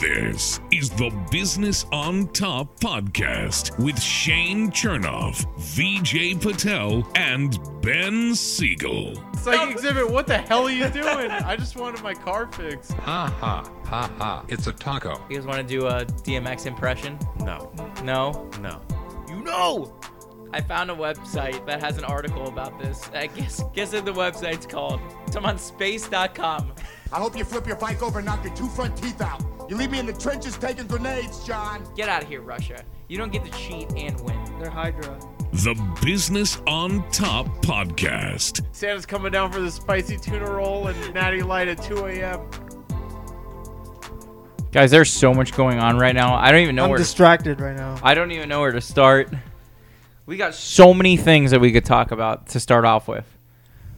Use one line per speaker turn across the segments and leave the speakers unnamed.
This is the Business on Top podcast with Shane Chernoff, VJ Patel, and Ben Siegel.
It's like exhibit. What the hell are you doing? I just wanted my car fixed.
Ha ha ha ha! It's a taco.
You guys want to do a DMX impression?
No,
No?
no.
You know! I found a website that has an article about this. I guess guess what the website's called. It's on space.com.
I hope you flip your bike over and knock your two front teeth out. You leave me in the trenches taking grenades, John.
Get out of here, Russia. You don't get to cheat and win.
They're Hydra.
The Business on Top podcast.
Santa's coming down for the spicy tuna roll and natty light at 2 a.m.
Guys, there's so much going on right now. I don't even know
I'm
where
distracted right now.
I don't even know where to start. We got so many things that we could talk about to start off with.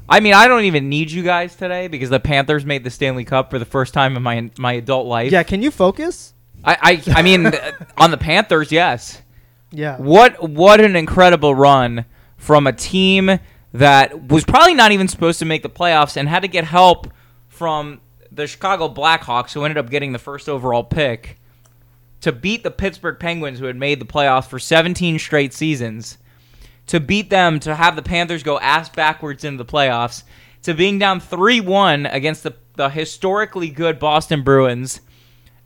I mean, I don't even need you guys today because the Panthers made the Stanley Cup for the first time in my my adult life.
Yeah, can you focus?
I I, I mean, on the Panthers, yes.
Yeah.
What what an incredible run from a team that was probably not even supposed to make the playoffs and had to get help from the Chicago Blackhawks, who ended up getting the first overall pick, to beat the Pittsburgh Penguins, who had made the playoffs for 17 straight seasons, to beat them, to have the Panthers go ass backwards into the playoffs, to being down 3 1 against the, the historically good Boston Bruins.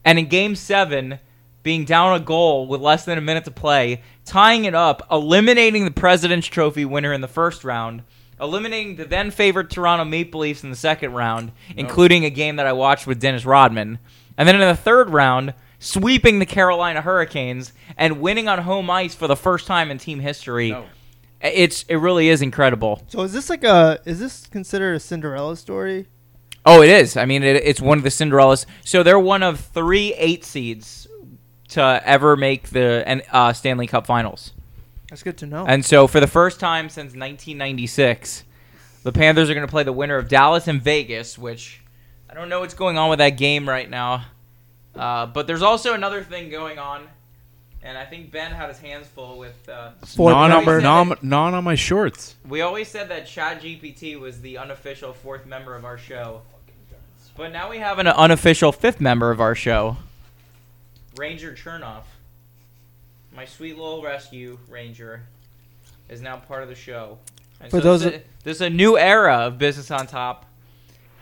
And in game seven, being down a goal with less than a minute to play, tying it up, eliminating the President's Trophy winner in the first round, eliminating the then favored Toronto Maple Leafs in the second round, including a game that I watched with Dennis Rodman. And then in the third round, sweeping the Carolina Hurricanes and winning on home ice for the first time in team history. It's it really is incredible.
So is this like a is this considered a Cinderella story?
Oh, it is. I mean, it, it's one of the Cinderellas. So they're one of three eight seeds to ever make the and, uh, Stanley Cup Finals.
That's good to know.
And so for the first time since 1996, the Panthers are going to play the winner of Dallas and Vegas, which I don't know what's going on with that game right now. Uh, but there's also another thing going on, and I think Ben had his hands full with. Uh,
Fourth
we
non on,
always said
non,
that-
non on my shorts.
we always said that ChatGPT was the unofficial fourth member of our show, but now we have an unofficial fifth member of our show, Ranger Chernoff. My sweet little rescue ranger is now part of the show. And
For
so
those
this, is
of-
this is a new era of Business on Top,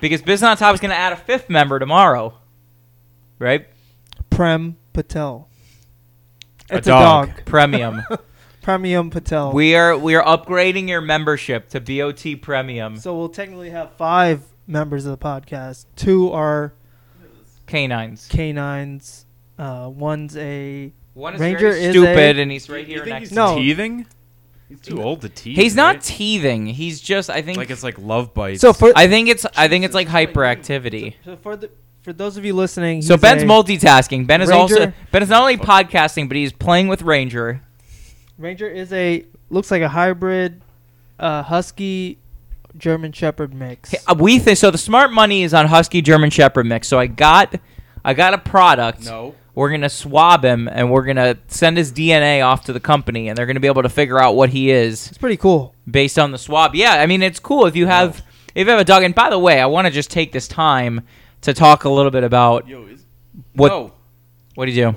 because Business on Top is going to add a fifth member tomorrow, right?
Prem Patel.
A
It's
dog.
a dog.
Premium.
Premium Patel.
we are we are upgrading your membership to BOT Premium.
so we'll technically have five members of the podcast. Two are
Canines.
canines. Uh, one's a
One is
Ranger
very
is
stupid,
a-
and he's right
You
here
think
next.
he's
to
No.
Teething? He's too old to teeth.
He's not
right?
teething. He's just. I think.
like it's like love bites.
so for
I think it's. I think it's like hyperactivity.
so for the for those of you listening.
So
he's
Ben's
a
multitasking. Ben is also.
Ranger-
Ben is not only podcasting, but he's playing with Ranger.
Ranger is a looks like a hybrid, uh, husky, German Shepherd mix.
Uh, We think so. The smart money is on Husky German Shepherd mix. So I got, I got a product.
no.
We're gonna swab him, and we're gonna send his DNA off to the company, and they're gonna be able to figure out what he is.
It's pretty cool.
based on the swab. Yeah, I mean it's cool if you have if you have a dog. And by the way, I want to just take this time to talk a little bit about
Yo, is,
what
No,
what do you do?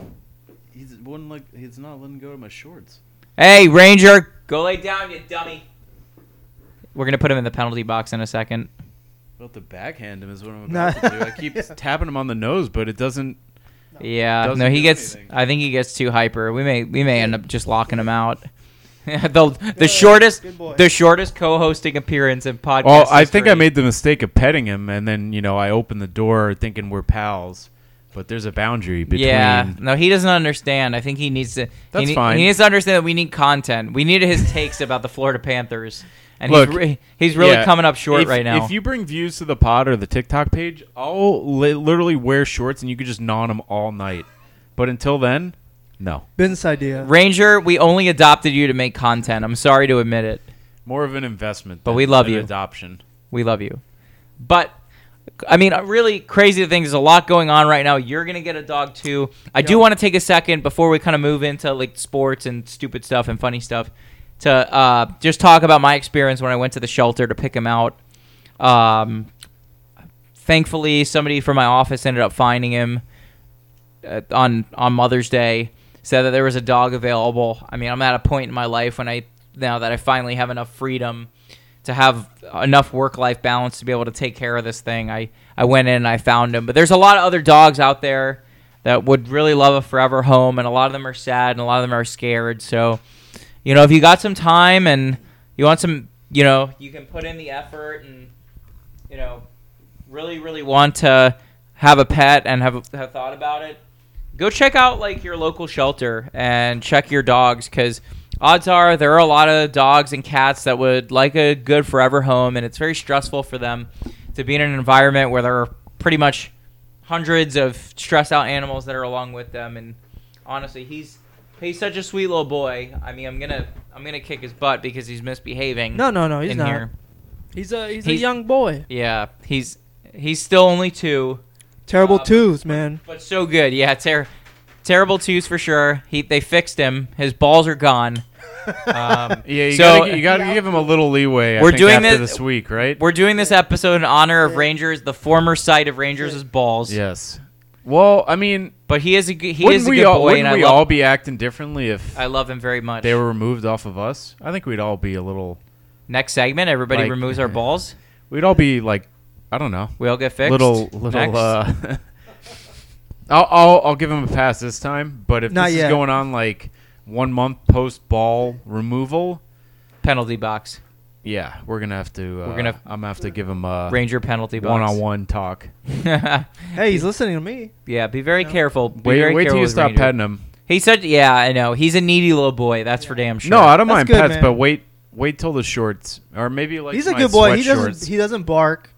he's one like he's not letting go of my shorts.
Hey Ranger, go lay down, you dummy. We're gonna put him in the penalty box in a second.
About to backhand him is what I'm
No.
about to do. I keep tapping him on the nose, but it doesn't.
Yeah,
Doesn't
no, he
do
gets.
anything.
I think he gets too hyper. We may we may end up just locking him out. the the shortest
good boy.
the shortest co-hosting appearance in podcast.
Well, Oh, I think I
history.
made the mistake of petting him, and then you know I opened the door thinking we're pals, but there's a boundary between.
Yeah, no, he doesn't understand. I think he needs to. he,
That's
ne-
fine.
He needs to understand that we need content. We need his takes about the Florida Panthers, and
Look,
he's, re- he's really
Yeah.
coming up short
If-
right now.
If you bring views to the pod or the TikTok page, I'll li- literally wear shorts and you could just non them all night. But until then, no.
Ben's idea.
Ranger, we only adopted you to make content. I'm sorry to admit it.
More of an investment.
But
than
we love
an
you.
Adoption.
We love you, but I mean, uh, really crazy things. There's a lot going on right now. You're gonna get a dog too. I do want to take a second before we kind of move into like sports and stupid stuff and funny stuff to uh, just talk about my experience when I went to the shelter to pick him out. Um, thankfully, somebody from my office ended up finding him. uh, on on Mother's Day said that there was a dog available. I mean, I'm at a point in my life when I now that I finally have enough freedom to have enough work life balance to be able to take care of this thing. I I went in and I found him, but there's a lot of other dogs out there that would really love a forever home, and a lot of them are sad and a lot of them are scared. So, you know, if you got some time and you want some, you know, you can put in the effort and you know really really want to have a pet and have have thought about it go check out like your local shelter and check your dogs because odds are there are a lot of dogs and cats that would like a good forever home and it's very stressful for them to be in an environment where there are pretty much hundreds of stressed out animals that are along with them and honestly he's he's such a sweet little boy i mean i'm gonna i'm gonna kick his butt because he's misbehaving
No, no, no. He's
in
not.
here
He's a he's, a
He's-
young boy.
yeah he's he's still only two
Terrible
Uh,
Um,
twos, man.
But so good, yeah. Ter- terrible twos for sure. He they fixed him. His balls are gone. Um,
Yeah, you
So-
gotta, gi- you gotta give him a little leeway. I
We're
think,
doing
after
this-
this week, right?
we're doing this episode in honor of Rangers, the former site of Rangers' balls.
yes. Well, I mean,
But he is a good, he
wouldn't
is a
we
good
all
boy,
wouldn't
and I
we
love,
all be acting differently if
I love him very much.
they were removed off of us? I think we'd all be a little.
Next segment, everybody
Like-
removes our balls.
We'd all be like, I don't know,
We all get fixed.
little little.
Next.
Uh, I'll, I'll I'll give him a pass this time. But if
Not
this
yet.
is going on like one month post ball removal,
penalty box.
yeah, we're gonna have to. Uh,
We're gonna-
I'm gonna have to give him a
Ranger penalty box.
one on one talk.
one.
Hey, he's listening to me.
yeah, be very careful. Be
Wait,
very
wait till
careful
you
with
stop
Ranger.
petting him.
He said, "Yeah, I know. He's a needy little boy. That's for damn sure."
No, I don't
That's
mind
good,
pets,
man.
but wait, wait till the shorts, or maybe like
he's a
my
good boy. He
sweatshorts.
doesn't he doesn't bark.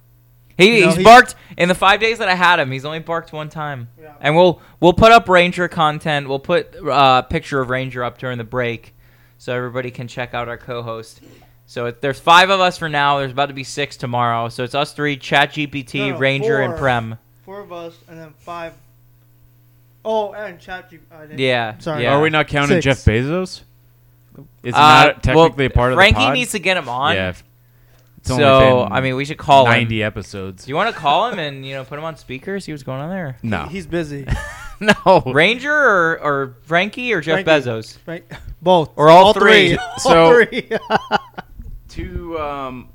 He,
You know,
he's
he-
barked in the five days that I had him. He's only barked one time, and we'll we'll put up Ranger content. We'll put uh, a picture of Ranger up during the break, so everybody can check out our co-host. So it, there's five of us for now. There's about to be six tomorrow. So it's us three: Chat GPT,
No, no,
Ranger, and
four.
Prem.
Four of us and then five Oh, and chat G- I didn't-
Yeah,
Sorry.
yeah.
Are we not counting
Six.
Jeff Bezos? It's
Uh,
not technically
well,
a part of
Frankie
the pod.
needs to get him on.
Yeah, f- it's only
so
been
I mean, we should call him.
ninety episodes.
Do you want to call him and you know put him on speaker? See what's going on there.
no,
He's busy.
no.
Ranger or, or Frankie or Jeff
Frankie.
Bezos?
Right? Both.
Or all three.
three. all
So-
three.
to um,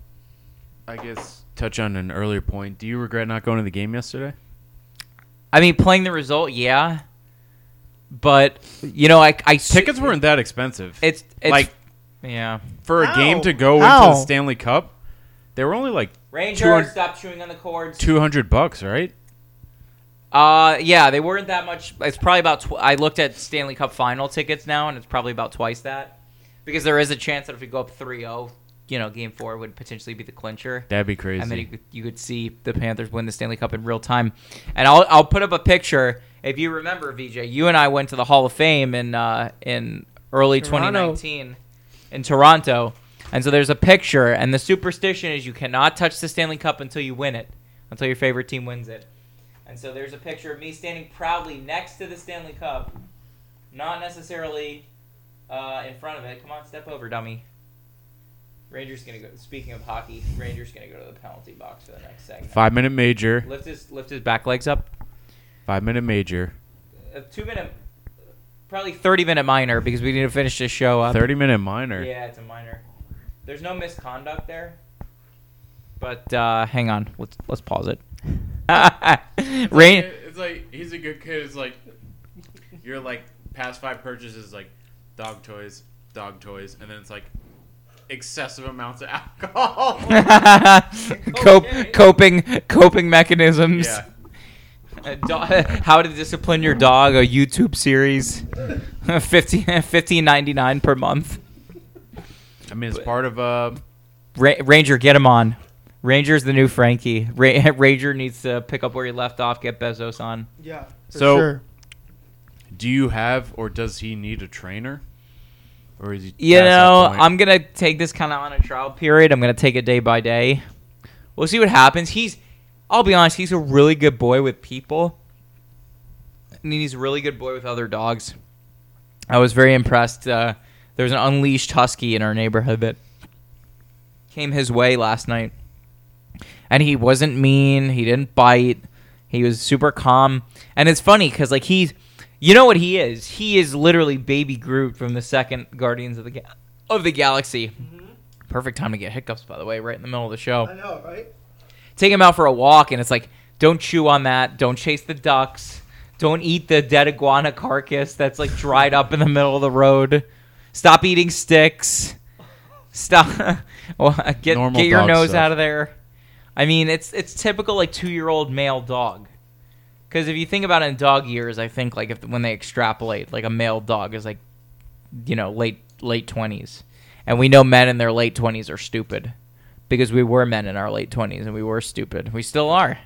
I guess touch on an earlier point. Do you regret not going to the game yesterday?
I mean, playing the result, yeah. But you know, I I
Tickets weren't that expensive.
It's, it's
Like-
yeah.
For a game
How?
to go
How?
into the Stanley Cup, they were only like
Ranger,
200
stop chewing on the cords.
two hundred bucks, right?
Uh, yeah, they weren't that much. It's probably about. Tw- I looked at Stanley Cup final tickets now, and it's probably about twice that because there is a chance that if we go up 3-0, you know, game four would potentially be the clincher.
That'd be crazy.
and then you could, you could see the Panthers win the Stanley Cup in real time. And I'll I'll put up a picture. If you remember, VJ, you and I went to the Hall of Fame in uh, in early
Toronto.
2019 in Toronto, and so there's a picture. And the superstition is you cannot touch the Stanley Cup until you win it, until your favorite team wins it. And so there's a picture of me standing proudly next to the Stanley Cup, not necessarily uh, in front of it. Come on, step over, dummy. Rangers gonna go. Speaking of hockey, Rangers gonna go to the penalty box for the next segment.
Five minute major.
Lift his lift his back legs up.
Five minute major.
A two minute, probably thirty minute minor because we need to finish this show up.
Thirty minute minor.
Yeah, it's a minor. There's no misconduct there. But uh, hang on, let's let's pause it. Rain.
It's like he's a good kid. It's like your like past five purchases like dog toys, dog toys, and then it's like excessive amounts of alcohol.
Cope, coping coping mechanisms.
yeah.
A do- how to discipline your dog a youtube series 50 15.99 per month
I mean, it's part of uh.
Ra- ranger get him on ranger's the new frankie Ra- ranger needs to pick up where he left off get bezos on
yeah. For
So-
sure.
Do you have or does he need a trainer? Or is he?
you
past that
know
point?
i'm gonna take this kind of on a trial period i'm gonna take it day by day we'll see what happens he's i'll be honest he's a really good boy with people and he's a really good boy with other dogs i was very impressed uh, there was an unleashed husky in our neighborhood that came his way last night and he wasn't mean he didn't bite he was super calm and it's funny because like he's You know what he is? He is literally Baby Groot from the second Guardians of the Ga- of the Galaxy. Perfect time to get hiccups, by the way, right in the middle of the show.
I know, right?
take him out for a walk and it's like don't chew on that don't chase the ducks don't eat the dead iguana carcass that's like dried up in the middle of the road stop eating sticks stop well, get,
Normal
get your
dog
nose
stuff.
out of there i mean it's it's typical like two-year-old male dog because if you think about it in dog years i think like if when they extrapolate like a male dog is like you know late late 20s and we know men in their late 20s are stupid because we were men in our late 20s and we were stupid. We still are.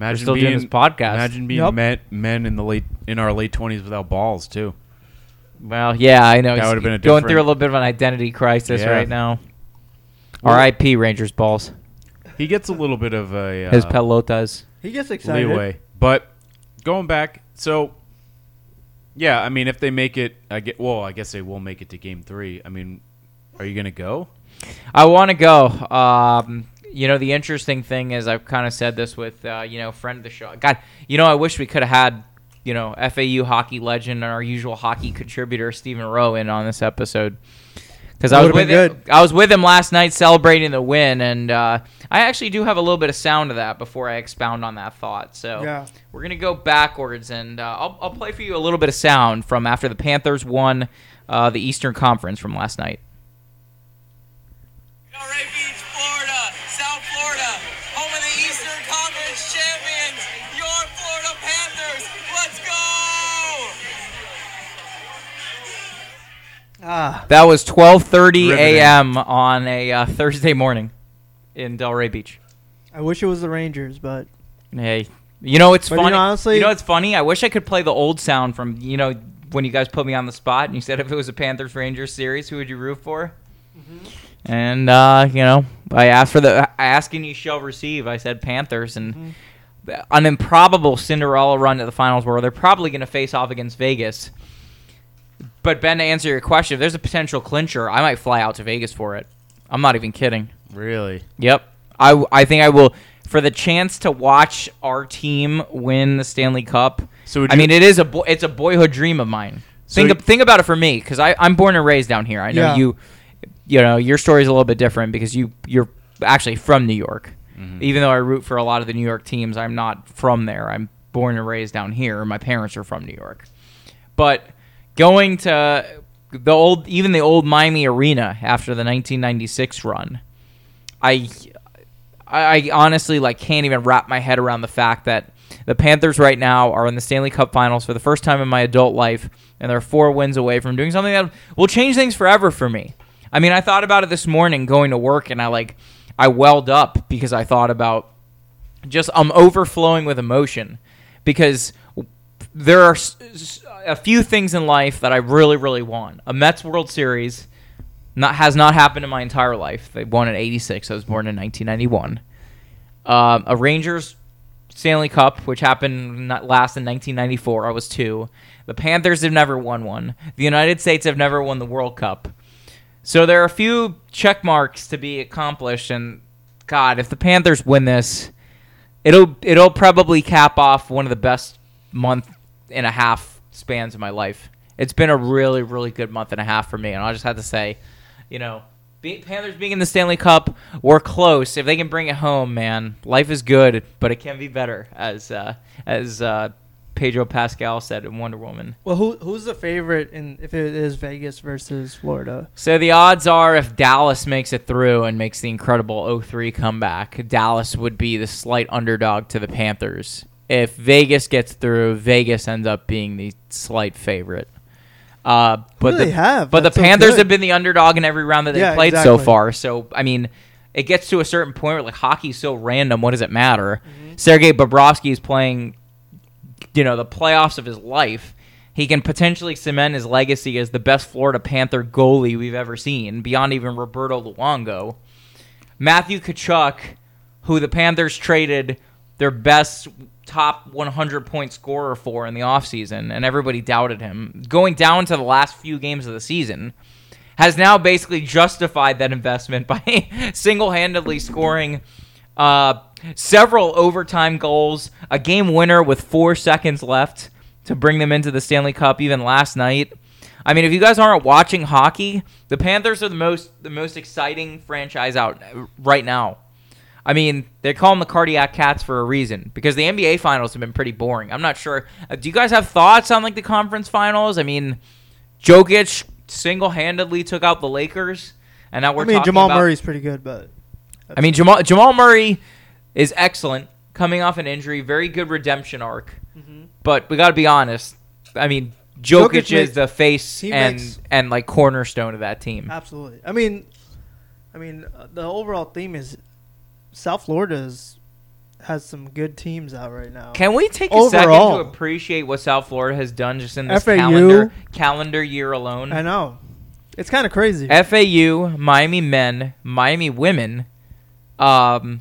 Imagine
still doing this podcast.
Imagine being
Yep.
men, men in the late in our late twenties without balls too.
Well, yeah, I know.
That
He's
would've been a
going
different-
through a little bit of an identity crisis
Yeah.
right now.
Well-
R.I.P. Rangers balls.
He gets a little bit of a uh,
His pelotas.
He gets excited.
leeway. But going back, so yeah, I mean, if they make it, I get. Well, I guess they will make it to game three. I mean, are you gonna go?
I want to go. Um, you know, the interesting thing is I've kind of said this with uh, you know friend of the show. God, you know, I wish we could have had you know FAU hockey legend and our usual hockey contributor Stephen Rowe in on this episode because I was
That
with
would've been
him, I was with him last night celebrating the win, and uh, I actually do have a little bit of sound of that before I expound on that thought. So
Yeah.
we're gonna go backwards, and uh, I'll I'll play for you a little bit of sound from after the Panthers won uh, the Eastern Conference from last night.
Monterey Beach, Florida, South Florida, home of the Eastern Conference champions, your Florida Panthers. Let's go!
Ah,
That was 12:30
Riveting.
a.m. on a uh, Thursday morning in Delray Beach.
I wish it was the Rangers, but
Hey, you know it's
But, you
funny.
know, honestly-
you know it's funny. I wish I could play the old sound from you know when you guys put me on the spot and you said if it was a Panthers Rangers series, who would you root for?
Mm-hmm.
And uh, you know, I asked for the I ask and you shall receive. I said Panthers, and
Mm-hmm.
an improbable Cinderella run to the finals where they're probably going to face off against Vegas. But Ben, to answer your question, if there's a potential clincher, I might fly out to Vegas for it. I'm not even kidding.
Really?
Yep. I, I think I will for the chance to watch our team win the Stanley Cup.
So would
I
you-
mean, it is a bo- it's a boyhood dream of mine.
So
think
you-
ab- think about it for me because I I'm born and raised down here. I know
Yeah.
you, you know your story's a little bit different because you you're actually from New York. Even though I root for a lot of the New York teams, I'm not from there. I'm born and raised down here. My parents are from New York but going to the old even the old Miami arena after the 1996 run I I I honestly like can't even wrap my head around the fact that the Panthers right now are in the Stanley Cup Finals for the first time in my adult life, and they're four wins away from doing something that will change things forever for me. I mean, I thought about it this morning going to work, and I like I welled up because I thought about just I'm overflowing with emotion because there are s- s- a few things in life that I really really want. A Mets World Series not has not happened in my entire life. They won in '86. I was born in 1991. Um, a Rangers Stanley Cup, which happened not last in 1994. I was two. The Panthers have never won one. The United States have never won the World Cup. So there are a few check marks to be accomplished, and God, if the Panthers win this, it'll it'll probably cap off one of the best month and a half spans of my life. It's been a really really good month and a half for me, and I just had to say, you know, be, Panthers being in the Stanley Cup, we're close. If they can bring it home, man, life is good, but it can be better, as uh, as uh, Pedro Pascal said in Wonder Woman.
well, who who's the favorite? And if it is Vegas versus Florida,
So the odds are if Dallas makes it through and makes the incredible 03 comeback, Dallas would be the slight underdog to the Panthers. If Vegas gets through, Vegas ends up being the slight favorite. Uh, but
do they
the,
have?
But
That's
the
so
Panthers
good.
have been the underdog in every round that they
Yeah,
played so
exactly.
far. So I mean, it gets to a certain point where like hockey's so random. What does it matter? Sergei Bobrovsky is playing you know the playoffs of his life. He can potentially cement his legacy as the best Florida Panther goalie we've ever seen, beyond even Roberto Luongo. Matthew Kachuk, who the Panthers traded their best top 100 point scorer for in the offseason, and everybody doubted him, going down to the last few games of the season, has now basically justified that investment by single handedly scoring uh, several overtime goals, a game winner with four seconds left to bring them into the Stanley Cup even last night. I mean, if you guys aren't watching hockey, the Panthers are the most the most exciting franchise out right now. I mean, they call them the cardiac cats for a reason because the NBA finals have been pretty boring. I'm not sure. uh, Do you guys have thoughts on like the conference finals? I mean, Jokic single-handedly took out the Lakers, and now we're
I mean,
talking
Jamal
about-
Murray's pretty good, but
I mean, Jamal Jamal Murray is excellent coming off an injury, very good redemption arc. But we got to be honest. I mean, Jokic,
Jokic
is
makes-
the face
he
and
makes- Uh,
and like cornerstone of that team.
absolutely. I mean, I mean, uh, the overall theme is South Florida's has some good teams out right now.
Can we take a
Overall.
second to appreciate what South Florida has done just in this
FAU.
calendar calendar year alone?
I know. It's kind of crazy.
FAU, Miami men, Miami women, um,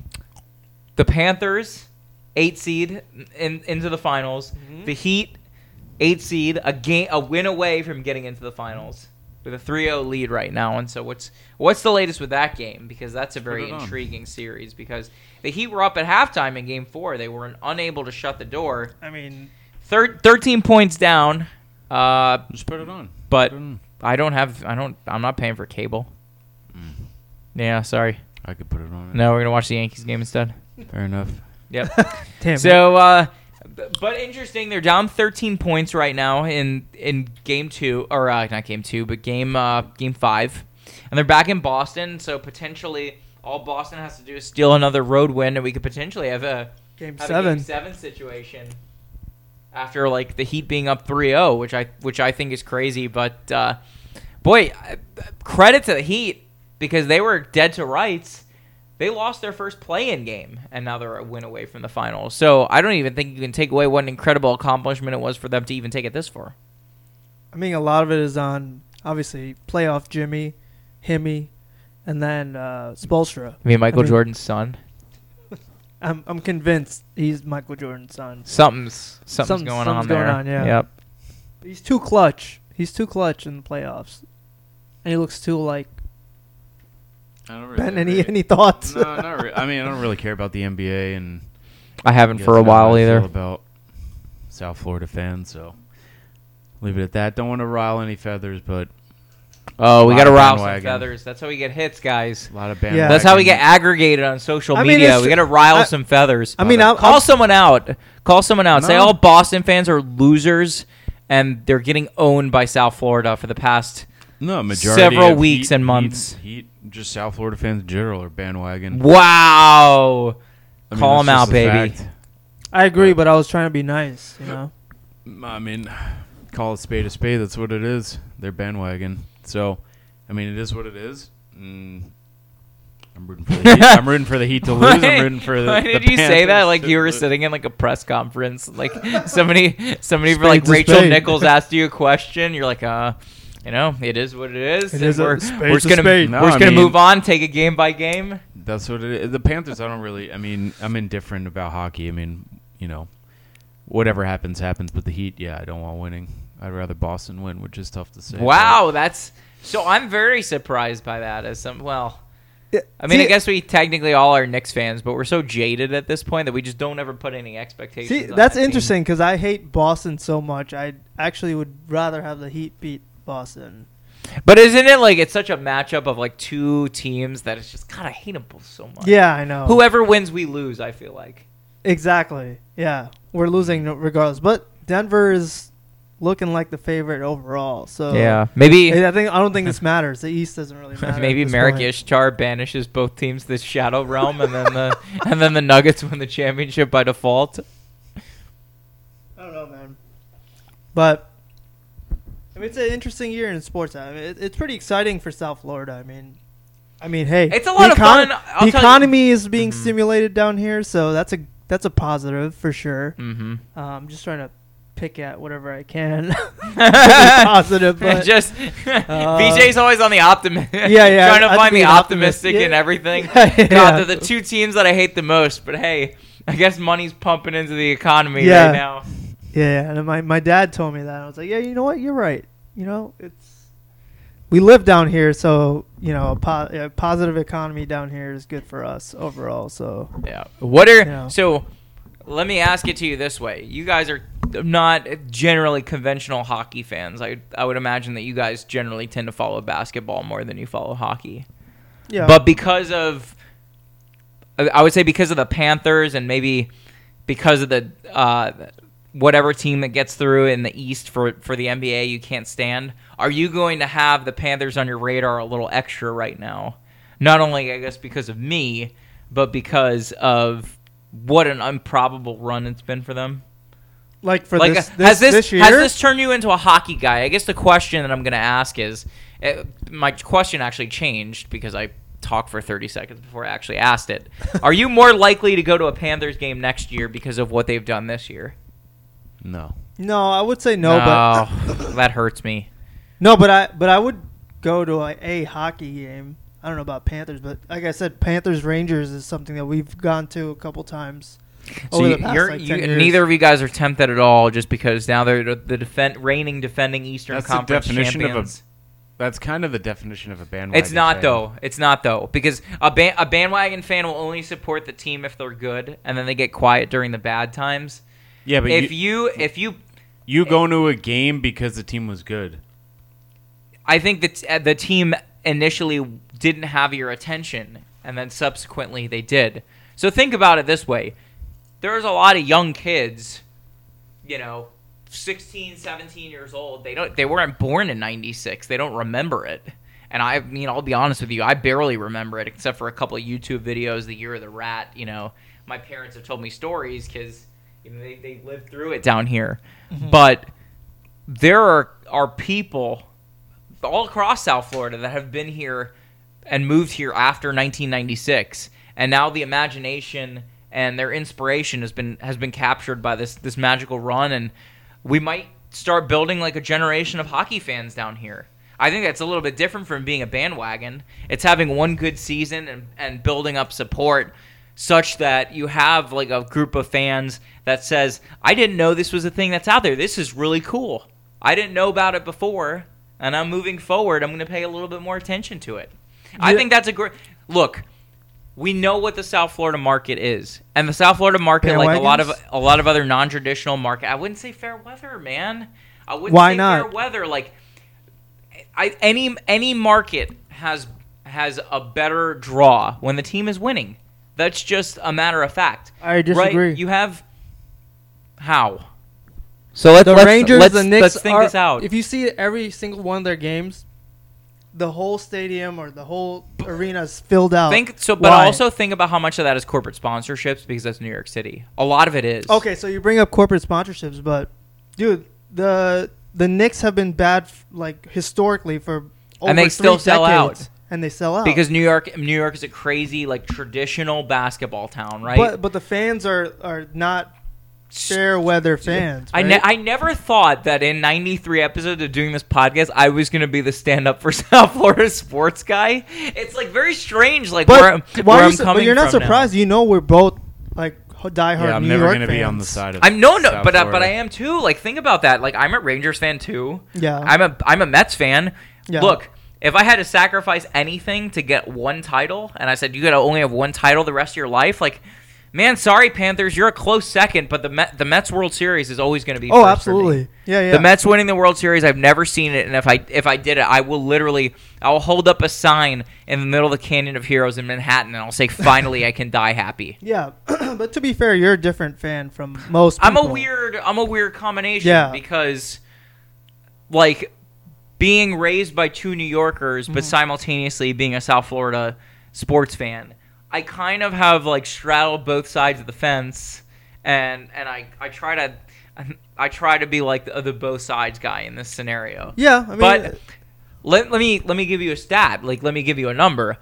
the Panthers, eight seed in, into the finals.
Mm-hmm.
The Heat, eight seed, a game, a win away from getting into the finals with a 3-0 lead right now. And so what's what's the latest with that game? Because that's a very
it on.
intriguing series. Because the Heat were up at halftime in Game Four, they were unable to shut the door.
I mean,
Thir- Thirteen points down. Uh,
Just put it on.
but
Put it on.
I don't have. I don't. I'm not paying for cable. Yeah, sorry.
I could put it on.
No, we're gonna watch the Yankees game instead.
Fair enough.
Yep.
damn. it.
so, uh, b- but interesting. They're down 13 points right now in in game two, or uh, not game two, but game uh, game five, and they're back in Boston. So potentially, all Boston has to do is steal another road win, and we could potentially have a
game
have a
seven.
game seven situation after like the Heat being up 3-0, which I which I think is crazy. But uh, boy, I- credit to the Heat because they were dead to rights. They lost their first play-in game, and now they're a win away from the finals. So I don't even think you can take away what an incredible accomplishment it was for them to even take it this far.
I mean, a lot of it is on obviously playoff Jimmy, Himmy, and then uh, Spolstra.
I mean, Michael
I mean-
Jordan's son.
I'm I'm convinced he's Michael Jordan's son.
Something's something's,
Something-
going
something's
on there.
going on, yeah.
Yep.
He's too clutch. He's too clutch in the playoffs, and he looks too like
I don't really,
Ben. Any any thoughts?
No, not really. I mean, I don't really care about the NBA, and
I haven't
you
for
guys
a
know how
while
I feel
either.
about South Florida fans, so leave it at that. Don't want to rile any feathers, but
Oh, we
Lot
got to
of
rile some
bandwagon.
feathers. That's how we get hits, guys.
a lot of
Yeah.
bandwagon.
That's how we get aggregated on social
I mean,
media.
it's-
we got to rile
I-
some feathers.
I mean, I'll-
call
I'll-
someone out. Call someone out. Say
No.
all Boston fans are losers and they're getting owned by South Florida for the past.
no majority
several
of
weeks
Heat-
and months.
Heat, heat, just South Florida fans in general are bandwagon.
Wow.
I mean,
call
that's
them out,
just a
baby.
fact.
I agree, but I was trying to be nice. You know,
I mean, call a spade a spade. That's what it is. They're bandwagon. So, I mean, it is what it is. Mm. I'm rooting for the Heat. I'm rooting for the Heat to lose. I'm rooting for the.
Why
the
did you say that
Panthers
like
to
you were
lose.
sitting in like a press conference? Like somebody, somebody for like
Spade's a
Rachel
spade.
Nichols asked you a question. You're like, uh, you know, it is what it is.
It
and
is a-
we're,
spade's
we're just
a
gonna
spade.
No,
we're just
I
gonna
mean-
move on, take it game by game.
That's what it is. The Panthers. I don't really. I mean, I'm indifferent about hockey. I mean, you know, whatever happens, happens. But the Heat, yeah, I don't want winning. I'd rather Boston win, which is tough to say.
Wow, that's so. I'm very surprised by that. As some, well, I mean, I
See-
guess we technically all are Knicks fans, but we're so jaded at this point that we just don't ever put any expectations.
See,
on
that's
that team.
interesting because I hate Boston so much. I actually would rather have the Heat beat Boston.
But isn't it like it's such a matchup of like two teams that it's just kind of hateable so much?
Yeah, I know.
Whoever wins, we lose. I feel like.
Exactly. Yeah, we're losing
Mm.
regardless. But Denver is looking like the favorite overall. So
maybe
I think I don't think this matters. The East doesn't really matter. at
maybe
this
Merrick
point.
Ishtar banishes both teams to the Shadow Realm, and then the and then the Nuggets win the championship by default.
I don't know, man. But I mean, it's an interesting year in sports. I mean, it, it's pretty exciting for South Florida. I mean, I mean, hey,
It's a lot
the
of
econ-
fun. I'll
the
tell you-
economy is being stimulated down here, so that's a that's a positive for sure.
Mm-hmm.
Uh, I'm just trying to pick at whatever I can. positive, but uh,
just VJ's always on the optimist.
Yeah, yeah,
trying
I
to
have
find
to be
the
an optimist.
optimistic in
Yeah.
everything.
Yeah, yeah.
God, they're the two teams that I hate the most. But hey, I guess money's pumping into the economy
Yeah.
right now.
Yeah, yeah, and my my dad told me that. I was like, yeah, you know what? You're right. You know, it's we live down here, so you know, a, po- a positive economy down here is good for us overall. So
Yeah. What are
Yeah.
so? Let me ask it to you this way: You guys are not generally conventional hockey fans. I I would imagine that you guys generally tend to follow basketball more than you follow hockey.
Yeah.
But because of, I- I would say because of the Panthers and maybe because of the uh, whatever team that gets through in the East for for the NBA, you can't stand. Are you going to have the Panthers on your radar a little extra right now? Not only I guess because of me, but because of what an improbable run it's been for them.
like for
like,
this,
uh,
this,
has this,
year,
has this turned you into a hockey guy? I guess the question that I'm going to ask is, uh my question actually changed because I talked for 30 seconds before I actually asked it. Are you more likely to go to a Panthers game next year because of what they've done this year?
No.
no, I would say no, but
Oh, that hurts me.
no, but I but I would go to a, a hockey game. I don't know about Panthers, but like I said, Panthers Rangers is something that we've gone to a couple times.
So
over
you,
the past,
you're,
like,
you-
10 years.
neither of you guys are tempted at all, just because now they're the- the defend, reigning defending Eastern
That's the
Conference
definition of a
champions.
That's kind of the definition of a bandwagon.
It's not
fan.
though. It's not though because a ban- a bandwagon fan will only support the team if they're good, and then they get quiet during the bad times.
Yeah, but
if
you,
you, if you,
you go into a game because the team was good.
I think that uh, the team initially didn't have your attention, and then subsequently they did. So think about it this way: there's a lot of young kids, you know, 16, 17 years old. They don't, they weren't born in '96. They don't remember it. And I mean, I'll be honest with you, I barely remember it except for a couple of YouTube videos. The year of the rat, you know, my parents have told me stories because you know, they they lived through it down here, but. There are, are people all across South Florida that have been here and moved here after 1996, and now the imagination and their inspiration has been has been captured by this this magical run, and we might start building like a generation of hockey fans down here. I think that's a little bit different from being a bandwagon. It's having one good season and, and building up support such that you have like a group of fans that says, I didn't know this was a thing that's out there. This is really cool. I didn't know about it before, and I'm moving forward. I'm going to pay a little bit more attention to it. I think that's a great look. We know what the South Florida market is, and the South Florida market, like a lot of
Bandwagons?
a lot of other non-traditional market, I wouldn't say fair weather, man. I wouldn't
Why
say fair
not?
weather. Like, I, any any market has has a better draw when the team is winning. That's just a matter of fact.
I disagree.
Right? You have how?
So let's
the
let's,
Rangers,
let's,
the Knicks.
let's think
are-
this out.
If you see every single one of their games, the whole stadium or the whole arena is filled out.
Think so, but
Oh. Why?
also think about how much of that is corporate sponsorships because that's New York City. A lot of it is.
Okay, so you bring up corporate sponsorships, but dude, the the Knicks have been bad f- like historically for over
And they
three
still sell out.
decades, and they sell out
Because New York, New York is a crazy, like traditional basketball town, right?
but but the fans are are not fair weather fans.
I,
right?
ne- I never thought that in 93 episodes of doing this podcast, I was going to be the stand up for South Florida sports guy. It's like very strange, like
but
where I'm,
why
where
are you
I'm
su-
coming
but you're not
from now.
surprised. You know we're both like ho- diehard
Yeah, I'm
New
never
York
gonna
fans.
be on the side of.
I'm no, no,
South
but uh, but
Florida.
I am too. Like, think about that. Like, I'm a Rangers fan too.
Yeah.
I'm a I'm a Mets fan.
Yeah.
Look, if I had to sacrifice anything to get one title, and I said you gotta only have one title the rest of your life, like, man, sorry Panthers, you're a close second, but the Met, the Mets World Series is always gonna be.
Oh,
first for me.
absolutely. Yeah, yeah.
The Mets winning the World Series, I've never seen it, and if I if I did it, I will literally I will hold up a sign in the middle of the Canyon of Heroes in Manhattan, and I'll say, "Finally, I can die happy."
Yeah, but to be fair, you're a different fan from most.
I'm a
people.
weird I'm a weird combination
Yeah.
because like being raised by two New Yorkers
Mm-hmm.
but simultaneously being a South Florida sports fan. I kind of have like straddled both sides of the fence and and I I try to I try to be like the, the both sides guy in this scenario.
Yeah, I mean,
but let, let me let me give you a stat. Like let me give you a number.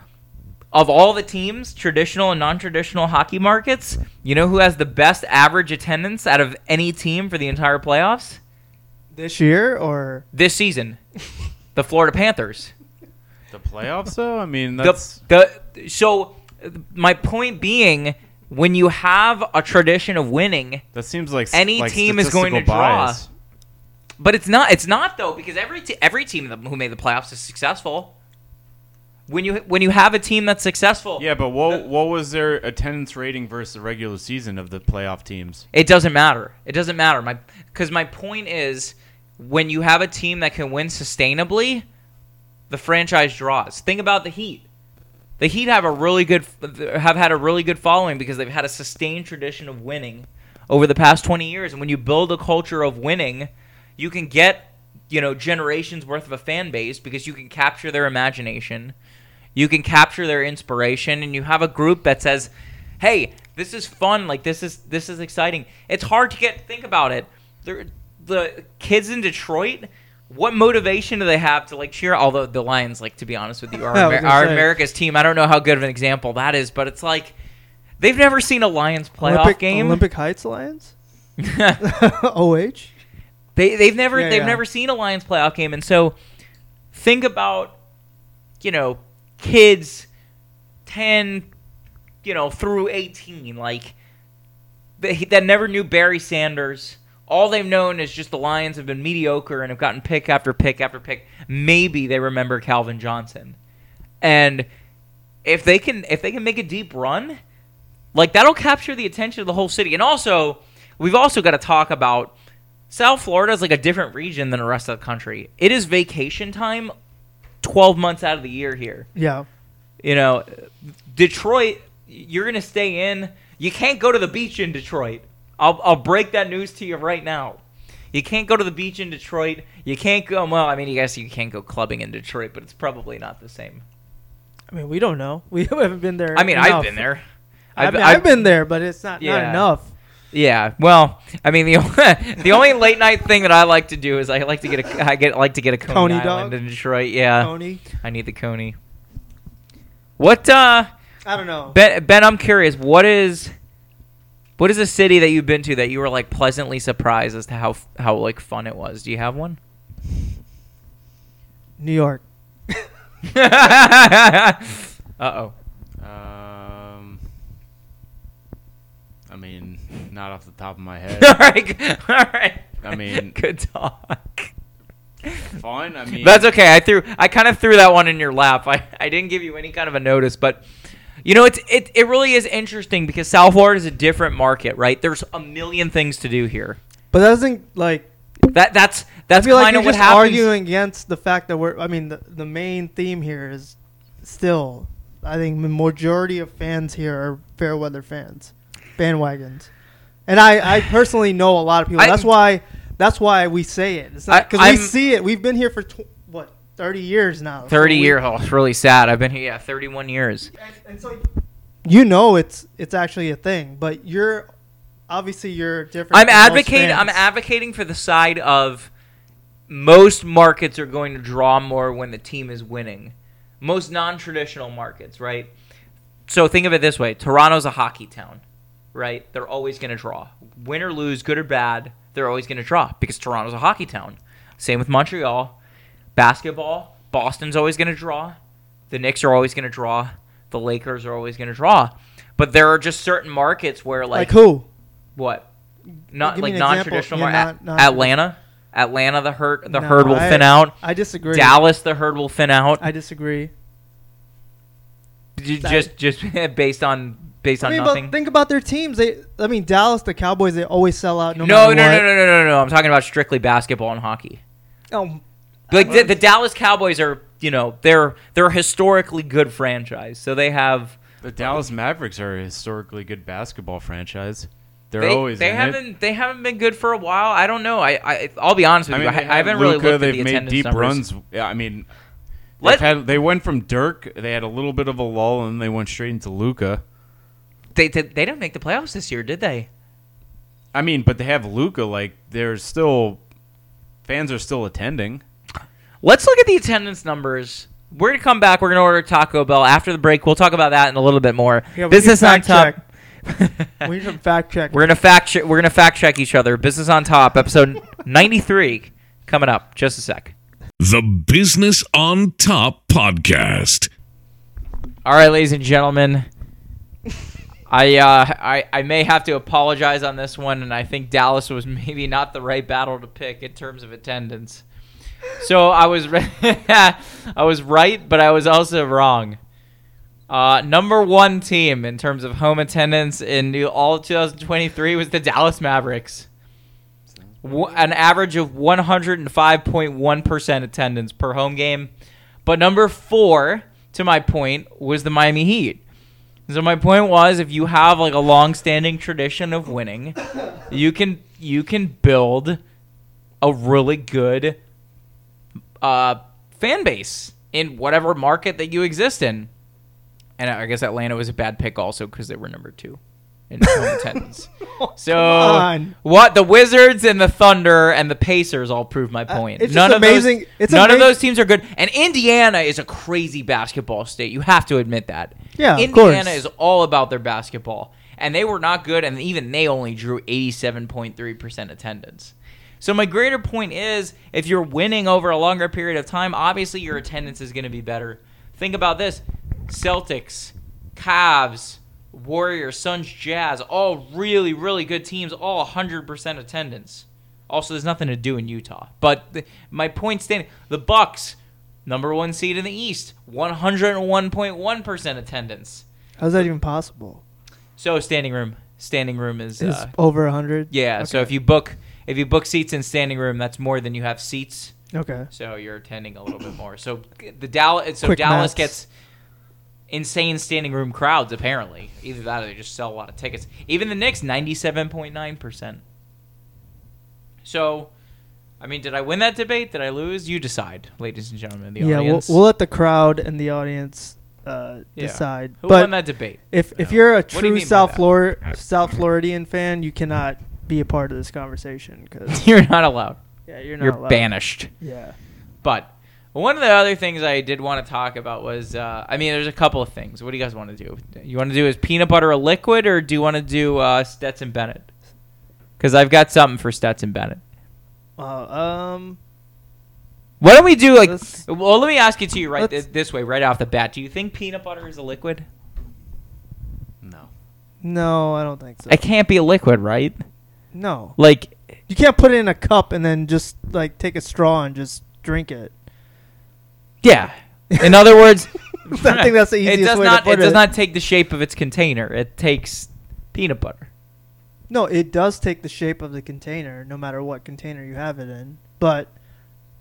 Of all the teams, traditional and non-traditional hockey markets, you know who has the best average attendance out of any team for the entire playoffs
this year or
this season? the Florida Panthers.
The playoffs, though. I mean, that's
The, the so uh, my point being, when you have a tradition of winning,
that seems like s-
any
like
team is going to
statistical
draw.
bias.
But it's not. It's not though because every t- every team that- who made the playoffs is successful. when you when you have a team that's successful.
Yeah, but what what was their attendance rating versus the regular season of the playoff teams?
It doesn't matter. It doesn't matter. My because my point is when you have a team that can win sustainably, the franchise draws. Think about the Heat. The Heat have a really good have had a really good following because they've had a sustained tradition of winning over the past 20 years and when you build a culture of winning, you can get, you know, generations worth of a fan base because you can capture their imagination. You can capture their inspiration and you have a group that says, "Hey, this is fun. Like this is this is exciting." It's hard to get think about it. There the kids in Detroit, what motivation do they have to like cheer? Although the Lions, like to be honest with you, are
I was
Amer-
gonna
are
say.
America's team. I don't know how good of an example that is, but it's like they've never seen a Lions playoff
Olympic,
game.
Olympic Heights Lions? OH?
They they've never
Yeah,
they've
yeah.
never seen a Lions playoff game, and so think about you know kids ten you know through eighteen like they, that never knew Barry Sanders. All they've known is just the Lions have been mediocre and have gotten pick after pick after pick. Maybe they remember Calvin Johnson, and if they can if they can make a deep run, like that'll capture the attention of the whole city. And also, we've also got to talk about South Florida is like a different region than the rest of the country. It is vacation time 12 months out of the year here.
Yeah.
You know, Detroit, you're going to stay in. You can't go to the beach in Detroit. I'll, I'll break that news to you right now. You can't go to the beach in Detroit. You can't go, well, I mean, I guess you can't go clubbing in Detroit, but it's probably not the same.
I mean, we don't know. We haven't been there.
I mean, I've
enough.
been there.
I've, been- I've been there, but it's not, not
Yeah.
enough.
Yeah, well, I mean the only, the only late night thing that I like to do is I like to get a I get like to get a Coney,
Coney
Island
dog?
in Detroit. Yeah,
Tony,
I need the Coney. What uh
I don't know.
Ben Ben I'm curious what is what is a city that you've been to that you were like pleasantly surprised as to how f- how like fun it was? Do you have one?
New York.
Uh-oh.
Um, I mean, not off the top of my
All
head.
right. g- All right.
I mean-
good talk.
Fun. I mean,
That's okay. I threw. I kind of threw that one in your lap. I, I didn't give you any kind of a notice, but you know, it's it it really is interesting because South Florida is a different market, right? There's a million things to do here.
But that doesn't, like,
That that's that's
I feel like
kind
you're
of what
just
happens.
arguing against the fact that we're. I mean, the, the main theme here is still. I think the majority of fans here are fair weather fans, bandwagons, and I, I personally know a lot of people.
I-
that's why. That's why we say it. It's not
I-
because we
I'm-
see it. We've been here for tw- what thirty years now.
Thirty
So we-
year. Oh, it's really sad. I've been here. Yeah, thirty-one years.
and, and so you know it's it's actually a thing, but you're obviously you're different.
I'm
from most
advocating. I'm
fans.
advocating for the side of most markets are going to draw more when the team is winning. Most non-traditional markets, right? So think of it this way: Toronto's a hockey town, right? They're always going to draw, win or lose, good or bad. They're always going to draw because Toronto's a hockey town. Same with Montreal, basketball. Boston's always going to draw. The Knicks are always going to draw. The Lakers are always going to draw. But there are just certain markets where,
like who?
what? Not
Give me
like
an example.
non-traditional.
Yeah,
mar-
not-
At-
not-
Atlanta, Atlanta. The herd. The
No,
herd will
I-
thin out.
I disagree.
Dallas. The herd will thin out.
I disagree.
J- just, just based on based
I
on
mean,
nothing.
but think about their teams. They, I mean, Dallas, the Cowboys, they always sell out. No,
no, no,
matter
no,
what.
no, no, no, no, no. I'm talking about strictly basketball and hockey.
Um,
Like the, the Dallas Cowboys are, you know, they're they're a historically good franchise. So they have
the Dallas Mavericks are a historically good basketball franchise. They're
they,
always
they
in it.
haven't they haven't been good for a while. I don't know. I, I I'll be honest with
I mean,
you.
they
I, I haven't really
Luka,
looked at
they've
the
made
attendance
deep runs.
numbers.
Yeah, I mean,
Let-
they've had, they went from Dirk. They had a little bit of a lull, and they went straight into Luca.
They, they they didn't make the playoffs this year, did they?
I mean, but they have Luca. Like, they're still fans are still attending.
Let's look at the attendance numbers. We're gonna come back. We're gonna order Taco Bell after the break. We'll talk about that in a little bit more.
Yeah, we
Business
need
on
fact
top.
we need to fact check.
we're gonna fact. Che- we're gonna fact check each other. Business on top, episode ninety three, coming up. Just a sec.
The Business on Top podcast.
All right, ladies and gentlemen. I, uh, I I may have to apologize on this one, and I think Dallas was maybe not the right battle to pick in terms of attendance. So I was ri- I was right, but I was also wrong. Uh, number one team in terms of home attendance in new- all of 2023 was the Dallas Mavericks. W- an average of 105.1% attendance per home game. But number four, to my point, was the Miami Heat. So my point was, if you have like a long-standing tradition of winning, you can you can build a really good uh, fan base in whatever market that you exist in. And I guess Atlanta was a bad pick also because they were number two in home attendance. So
Oh, on.
what the Wizards and the Thunder and the Pacers all prove my point.
Uh, it's just
none of
amazing-
Those,
it's
none
ama-
of those teams are good. And Indiana is a crazy basketball state. You have to admit that.
Yeah, of
Indiana
course.
is all about their basketball, and they were not good. And even they only drew eighty-seven point three percent attendance. So my greater point is, if you're winning over a longer period of time, obviously your attendance is going to be better. Think about this: Celtics, Cavs, Warriors, Suns, Jazz, all really, really good teams, all hundred percent attendance. Also, there's nothing to do in Utah. But the, my point standing: the Bucks, number one seed in the East, 101.1 percent attendance.
How's that even possible?
So standing room, standing room is,
It's
uh,
over hundred.
yeah. So if you book if you book seats in standing room, that's more than you have seats.
okay,
So you're attending a little bit more. So the Dallas, so
Quick
Dallas
maths.
gets insane standing room crowds. Apparently, either that or they just sell a lot of tickets. Even the Knicks, ninety-seven point nine percent. So, I mean, did I win that debate? Did I lose? You decide, ladies and gentlemen. The
yeah, we'll,
audience.
we'll let the crowd and the audience uh,
Yeah.
decide.
Who
but
won that debate?
if if
No.
you're a
What do you
true
mean by
South
that?
Flor- South Floridian fan, you cannot be a part of this conversation because
You're not allowed.
yeah, you're not
You're
allowed.
banished.
Yeah,
But one of the other things I did want to talk about was, uh, I mean, there's a couple of things. What do you guys want to do? You want to do is peanut butter a liquid, or do you want to do uh, Stetson Bennett? Because I've got something for Stetson Bennett.
Wow, um,
Why don't we do like?
Let's-
well, let me ask you to you right
let's-
th- this way, right off the bat. Do you think peanut butter is a liquid?
No.
no, I don't think so.
It can't be a liquid, right?
no,
Like,
you can't put it in a cup and then just like take a straw and just drink it.
yeah. In other words,
I think that's the easiest
it does
way
not,
to put it.
It does not take the shape of its container. It takes peanut butter.
No, it does take the shape of the container, no matter what container you have it in. But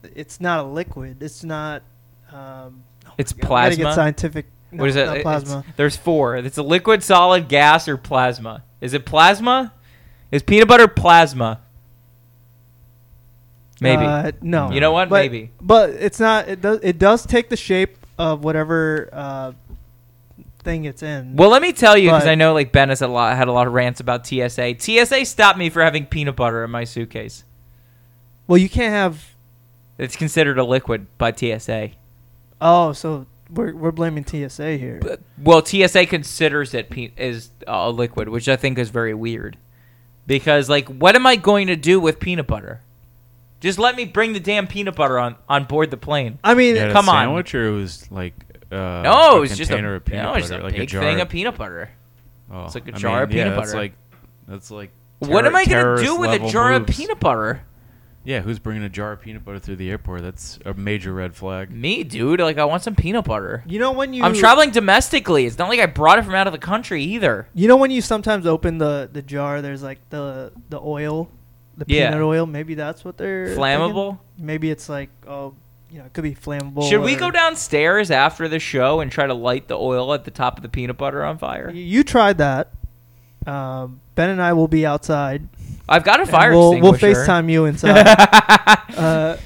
it's not a liquid. It's not. Um, oh
It's
my God, I gotta
plasma?
Get scientific. No,
what is it?
Not
It-
plasma.
it's- there's four. It's a liquid, solid, gas, or plasma. Is it plasma? Is peanut butter plasma? Maybe.
Uh, no.
You know what?
But-
Maybe.
But it's not. It does. It does take the shape of whatever uh, thing it's in.
well, let me tell you because
but-
I know like Ben has a lot had a lot of rants about TSA. TSA stopped me for having peanut butter in my suitcase.
Well, you can't have.
It's considered a liquid by TSA.
Oh, so we're we're blaming TSA here.
Well, TSA considers it pe- is a liquid, which I think is very weird. Because like, what am I going to do with peanut butter? Just let me bring the damn peanut butter on on board the plane.
I mean,
You had a
come on.
sandwich or it was like uh,
No,
a
it was just a,
container of peanut
no, it was
butter,
just a
like
big
a jar.
thing of peanut butter.
oh,
it's like a
I
jar of
mean, yeah,
peanut
That's
butter.
like that's like
what
terror-
am I gonna
terrorist
do with a
level
jar of
moves.
peanut butter?
Yeah, who's bringing a jar of peanut butter through the airport? That's a major red flag.
Me, dude. Like, I want some peanut butter.
you know when you
I'm traveling domestically. It's not like I brought it from out of the country either.
You know when you sometimes open the the jar, there's like the the oil, the
Yeah.
peanut oil. Maybe that's what they're thinking?
Flammable?
Maybe it's like oh, you know, it could be flammable.
Should we
or-
go downstairs after the show and try to light the oil at the top of the peanut butter on fire?
You- You tried that. Um, ben and I will be outside.
I've got a
and
fire
we'll we'll
extinguisher.
Facetime you inside. uh,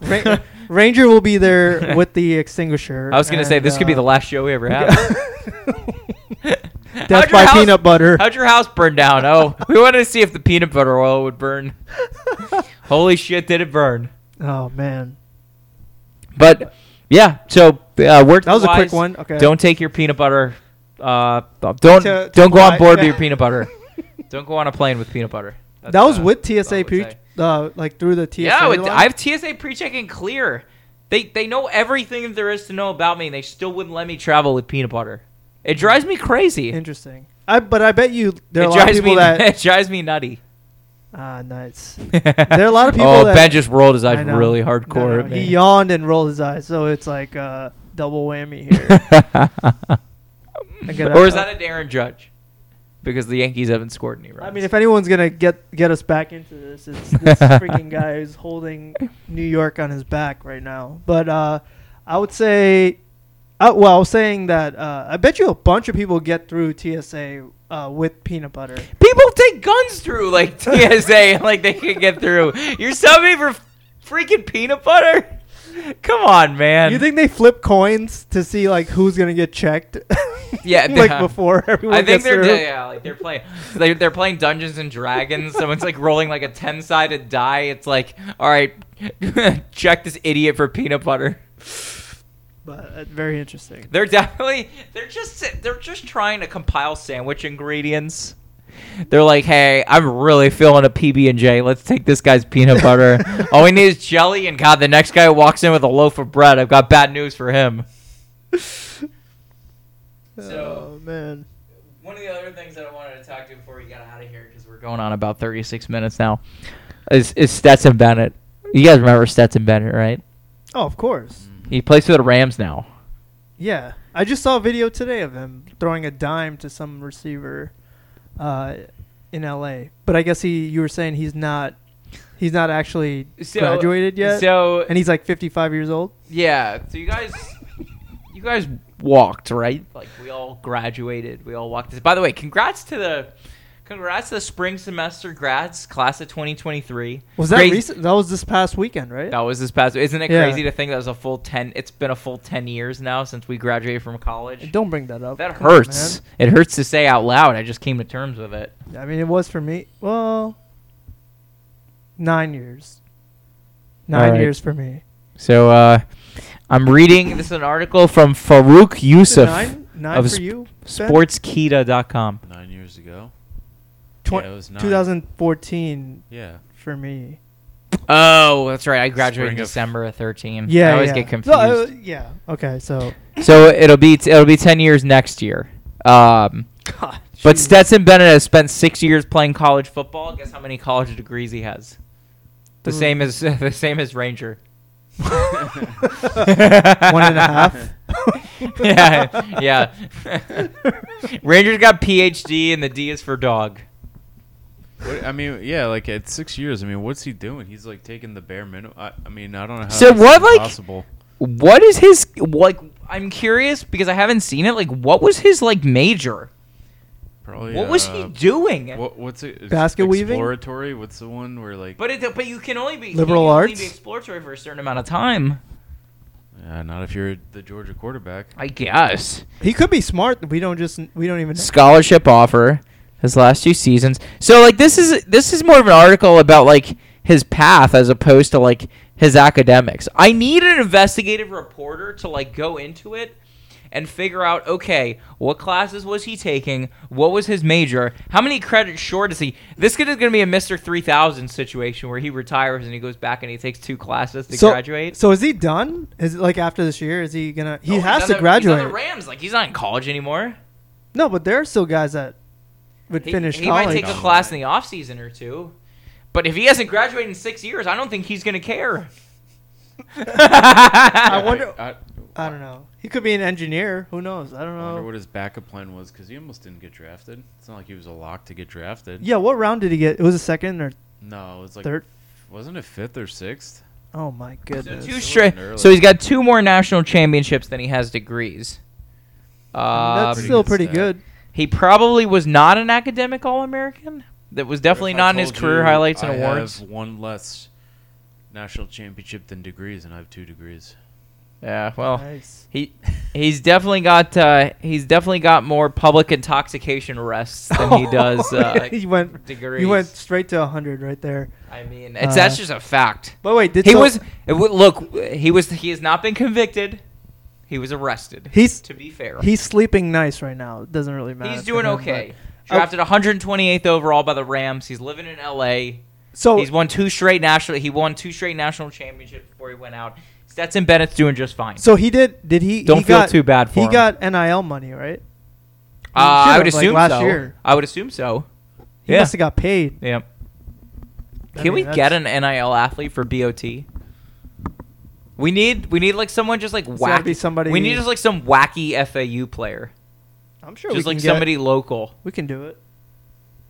Ra- Ranger will be there with the extinguisher.
I was gonna say
and,
this could be
uh,
the last show we ever have.
death
How'd your
by
house-
peanut butter.
How'd your house burn down? Oh, we wanted to see if the peanut butter oil would burn. Holy shit, did it burn?
Oh man,
But yeah, so uh, work.
That was a quick one, okay.
Don't take your peanut butter. Uh, don't
To- to
don't go
fly-
on board with
yeah.
your peanut butter. don't go on a plane with peanut butter. That's,
that was
uh,
with
all I
TSA,
would
pre-
say.
uh, like through the TSA.
Yeah, with,
line.
I have TSA pre-check and clear. They they know everything there is to know about me, and they still wouldn't let me travel with peanut butter. It drives me crazy.
Interesting. I but I bet you there are
it
a lot of
drives
people
me
that
it drives me nutty.
Ah, nice. There are a lot of people.
oh,
that,
Ben just rolled his eyes
I know.
really
No,
hardcore.
no,
at
He
me.
yawned and rolled his eyes, so it's like uh, double whammy here. I gotta-
or is that a Darren Judge? Because the Yankees haven't scored any runs.
I mean, if anyone's gonna get get us back into this, it's this freaking guy who's holding New York on his back right now. But uh, I would say, uh, well, I was saying that uh, I bet you a bunch of people get through TSA uh, with peanut butter.
people take guns through like TSA, like they can get through. You're subbing me for freaking peanut butter? Come on, man.
You think they flip coins to see like who's gonna get checked?
Yeah,
like
yeah.
before everyone.
I think
gets
they're
through?
yeah, like they're playing they, they're playing Dungeons and Dragons. Someone's like rolling like a ten sided die. It's like, all right, check this idiot for peanut butter.
But uh, very interesting.
They're definitely they're just they're just trying to compile sandwich ingredients. They're like, hey, I'm really feeling a PB and J. Let's take this guy's peanut butter. All we need is jelly, and God, the next guy walks in with a loaf of bread. I've got bad news for him. So-
oh man.
One of the other things that I wanted to talk to before we got out of here, because we're going on about 36 minutes now, is, is Stetson Bennett. You guys remember Stetson Bennett, right?
Oh, of course.
He plays for the Rams now.
Yeah, I just saw a video today of him throwing a dime to some receiver uh, in L.A. But I guess he, you were saying he's not, he's not actually graduated yet,
So
and he's like 55 years old.
Yeah. So you guys, you guys walked, right? Like we all graduated. We all walked. This. By the way, congrats to the, congrats to the spring semester grads class of 2023.
Was that
Crazy-
recent? That was this past weekend, right?
That was this past. Isn't it
Yeah.
crazy to think that was a full 10? It's been a full 10 years now since we graduated from college.
Don't bring that up.
That
Come on,
hurts. it hurts to say out loud. I just came to terms with it.
man. I mean, it was for me. Well, nine years. Nine
Alright.
years for me.
So uh, I'm reading this is an article from Farouk Youssef
nine, nine
of
for
sp-
you. Ben?
sportskita.com.
Nine years ago.
Twen-
Yeah, it was nine.
2014
Yeah.
for me.
Oh, that's right. I graduated
Spring of-
December of 13.
Yeah,
I always
yeah.
get confused.
No, I- yeah. Okay, so
so it'll be t- it'll be 10 years next year. Um,
God,
but Stetson Bennett has spent six years playing college football. Guess how many college degrees he has? The
Three.
same as the same as Ranger.
one and a half.
yeah, yeah. Ranger's got PhD, and the D is for dog.
What, I mean, yeah, like at six years, I mean, what's he doing? He's like taking the bare minimum. I, I mean, I don't know how
So
that's
what,
even
like-
possible.
What is his like? I'm curious because I haven't seen it. Like, what was his like major?
Probably.
What was he
uh,
doing?
What, what's it? it's
Basket weaving?
Exploratory. What's the one where like?
But it, but you can only be
Liberal
you can only
arts?
be exploratory for a certain amount of time.
Uh, not if you're the Georgia quarterback.
I guess
He could be smart. We don't just we don't even. know.
scholarship offer his last two seasons. So like this is this is more of an article about like his path as opposed to like his academics. I need an investigative reporter to like go into it and figure out okay, what classes was he taking? What was his major? How many credits short is he? This could- is going to be a Mr. 3000 situation where he retires and he goes back and he takes two classes to
so,
graduate.
So is he done? Is it like after this year? Is he gonna? He
No, he's
has
on
to
the-
graduate.
He's on the Rams. Like he's not in college anymore.
no, but there are still guys that would
He,
finish
he
college.
might take a class in the off season or two, but if he hasn't graduated in six years, I don't think he's gonna care.
I wonder.
I, I
I don't know. He could be an engineer. Who knows? I don't
wonder
know.
what his backup plan was because he almost didn't get drafted. It's not like he was a lock to get drafted.
Yeah, what round did he get? It was a second or
No, it was like
third.
Wasn't it fifth or sixth?
Oh my goodness.
two
wasn't
straight.
early.
So he's got two more national championships than he has degrees. Um,
That's still
pretty
pretty
good
good.
he probably was not an academic All American. That was definitely
If I
not in his
told
career
you
highlights and
I
awards.
Have one less national championship than degrees, and I have two degrees.
Yeah, well,
Nice.
he he's definitely got uh, he's definitely got more public intoxication arrests than he does uh,
he went.
degrees.
You went straight to hundred right there.
I mean, it's, that's
Uh,
just a fact.
But wait, did
he
so-
was it wa- look. He was. He has not been convicted. He was arrested.
He's-
to be fair.
He's sleeping nice right now. It doesn't really matter.
he's
for
doing
him,
okay.
Oh.
Drafted 128th overall by the Rams. He's living in L.A.
but- So
he's won two straight national. He won two straight national championships before he went out. Stetson Bennett's doing just fine.
So he did. Did he?
Don't
he
feel
got,
too bad for
he
him.
got nil money, right?
uh, I would
should've, like,
assume
last
so.
year.
I would assume so.
He
yeah.
must have got paid.
yeah.
I
Can
mean,
we
that's-
get an NIL athlete for BOT? We need we need like someone just like
gotta
wacky
be somebody-
We need just like some wacky FAU player,
I'm sure
just
we
like
can
somebody
Get,
local.
we can do it.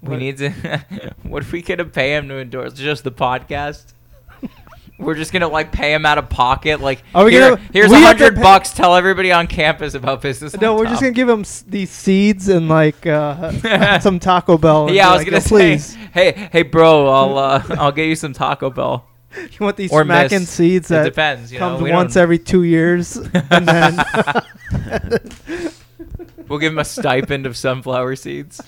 We
What-
need to. what if we gonna pay him to endorse just the podcast? We're just gonna like pay him out of pocket. Like,
Are we
"Here-
gonna-
here's
we
a
have to
hundred
pay-
bucks. Tell everybody on campus about business.
No,
on
we're just
Top."
gonna give him s- these seeds and like uh, some Taco Bell. and
Yeah,
be
I was
like,
gonna
"Yo, please.
say, hey, hey, bro, I'll uh, I'll get you some Taco Bell.
You want these
or
smacking
miss.
seeds
It
that
depends, you know,
comes
we
once
don't-
every two years, and then
We'll give him a stipend of sunflower seeds.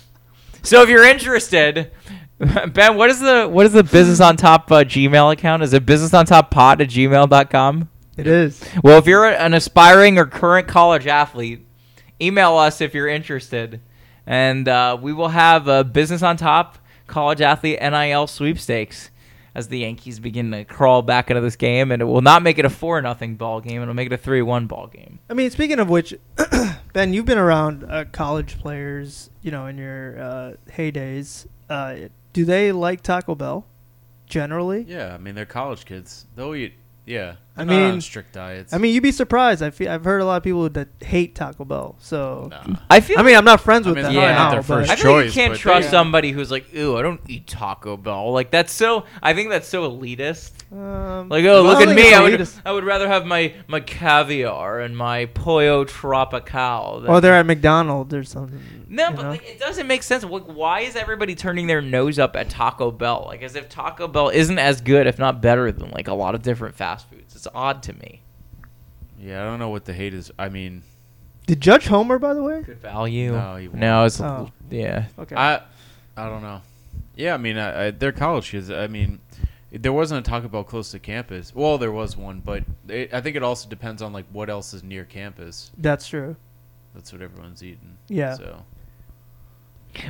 So if you're interested, Ben, what is the what is the business on top uh, Gmail account? Is it business on top pod at gmail.com?
it is.
Well, if you're an aspiring or current college athlete, email us if you're interested, and uh, we will have a business on top college athlete NIL sweepstakes as the Yankees begin to crawl back into this game, and it will not make it a four nothing ball game. It'll make it a three one ball game.
I mean, speaking of which, Ben, you've been around uh, college players, you know, in your uh, heydays. Uh, do they like Taco Bell generally?
Yeah, I mean they're college kids. They'll eat. Yeah,
I
they're not on
mean-
strict diets.
I mean, you'd be surprised. I feel, I've heard a lot of people that hate Taco Bell. So,
I feel
I mean, I'm not friends
I
with
mean,
them.
it's probably
now,
not
their
but-
first
I feel like you
choice,
can't
but
trust
they-
somebody who's like, "Ooh, I don't eat Taco Bell." Like that's so. I think that's so elitist.
Um,
Like, oh,
well,
look
I
at
think
me.
it's
I would,
elitist.
I would rather have my, my caviar and my pollo tropical. than-
Or Oh, they're at McDonald's or something.
no,
you
but
know?
like, it doesn't make sense. Like, why is everybody turning their nose up at Taco Bell? Like, as if Taco Bell isn't as good, if not better, than like a lot of different fast foods. It's odd to me.
yeah, I don't know what the hate is. I mean,
did Judge Homer, by the way?
Good value.
No, you won't.
no it's
Oh.
yeah.
Okay.
I, I don't know. Yeah, I mean, I, I, they're college kids. I mean, there wasn't a Taco Bell close to campus. Well, there was one, but it, I think it also depends on like what else is near campus.
That's true.
That's what everyone's eating.
Yeah.
So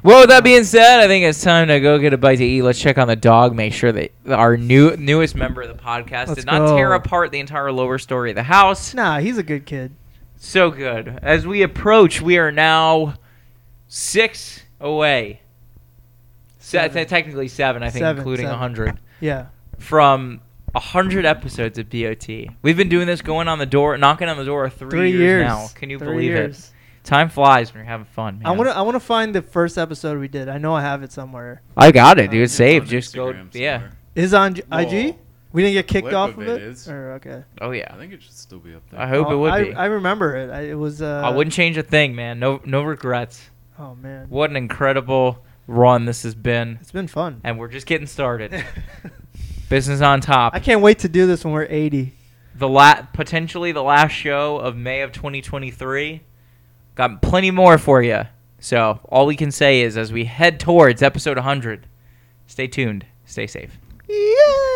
Well, with that being said, I think it's time to go get a bite to eat. Let's check on the dog, make sure that our new newest member of the podcast
Let's
did not
go.
tear apart the entire lower story of the house.
Nah, he's a good kid.
So good. As we approach, we are now six away. Se-
Seven.
technically seven, I think,
Seven,
including a
seven.
100.
Yeah.
From a 100 episodes of BOT. We've been doing this, going on the door, knocking on the door of three,
Three
years,
years.
now. Can you
Three
believe
years.
it? Time flies when you're having fun. Man.
I want to. I want to find the first episode we did. I know I have it somewhere.
I got it, dude.
It's
Saved.
on
Just go.
Instagram
Yeah.
somewhere.
Is on J-
Well,
IG? We didn't get kicked
clip
off
of
of it.
it is.
Or okay.
Oh
I
yeah.
think it should still be up there.
I hope it
Oh,
would
I,
be.
I
I,
remember it. I, it was. Uh,
wouldn't change a thing, man. No, no regrets.
Oh man,
What an incredible run this has been,
it's been fun.
and we're just getting started.
I
Business on top.
can't wait to do this when we're 80.
The la- potentially the last show of May of 2023. Got plenty more for you. So all we can say is, as we head towards episode 100, stay tuned, stay safe.
Yeah.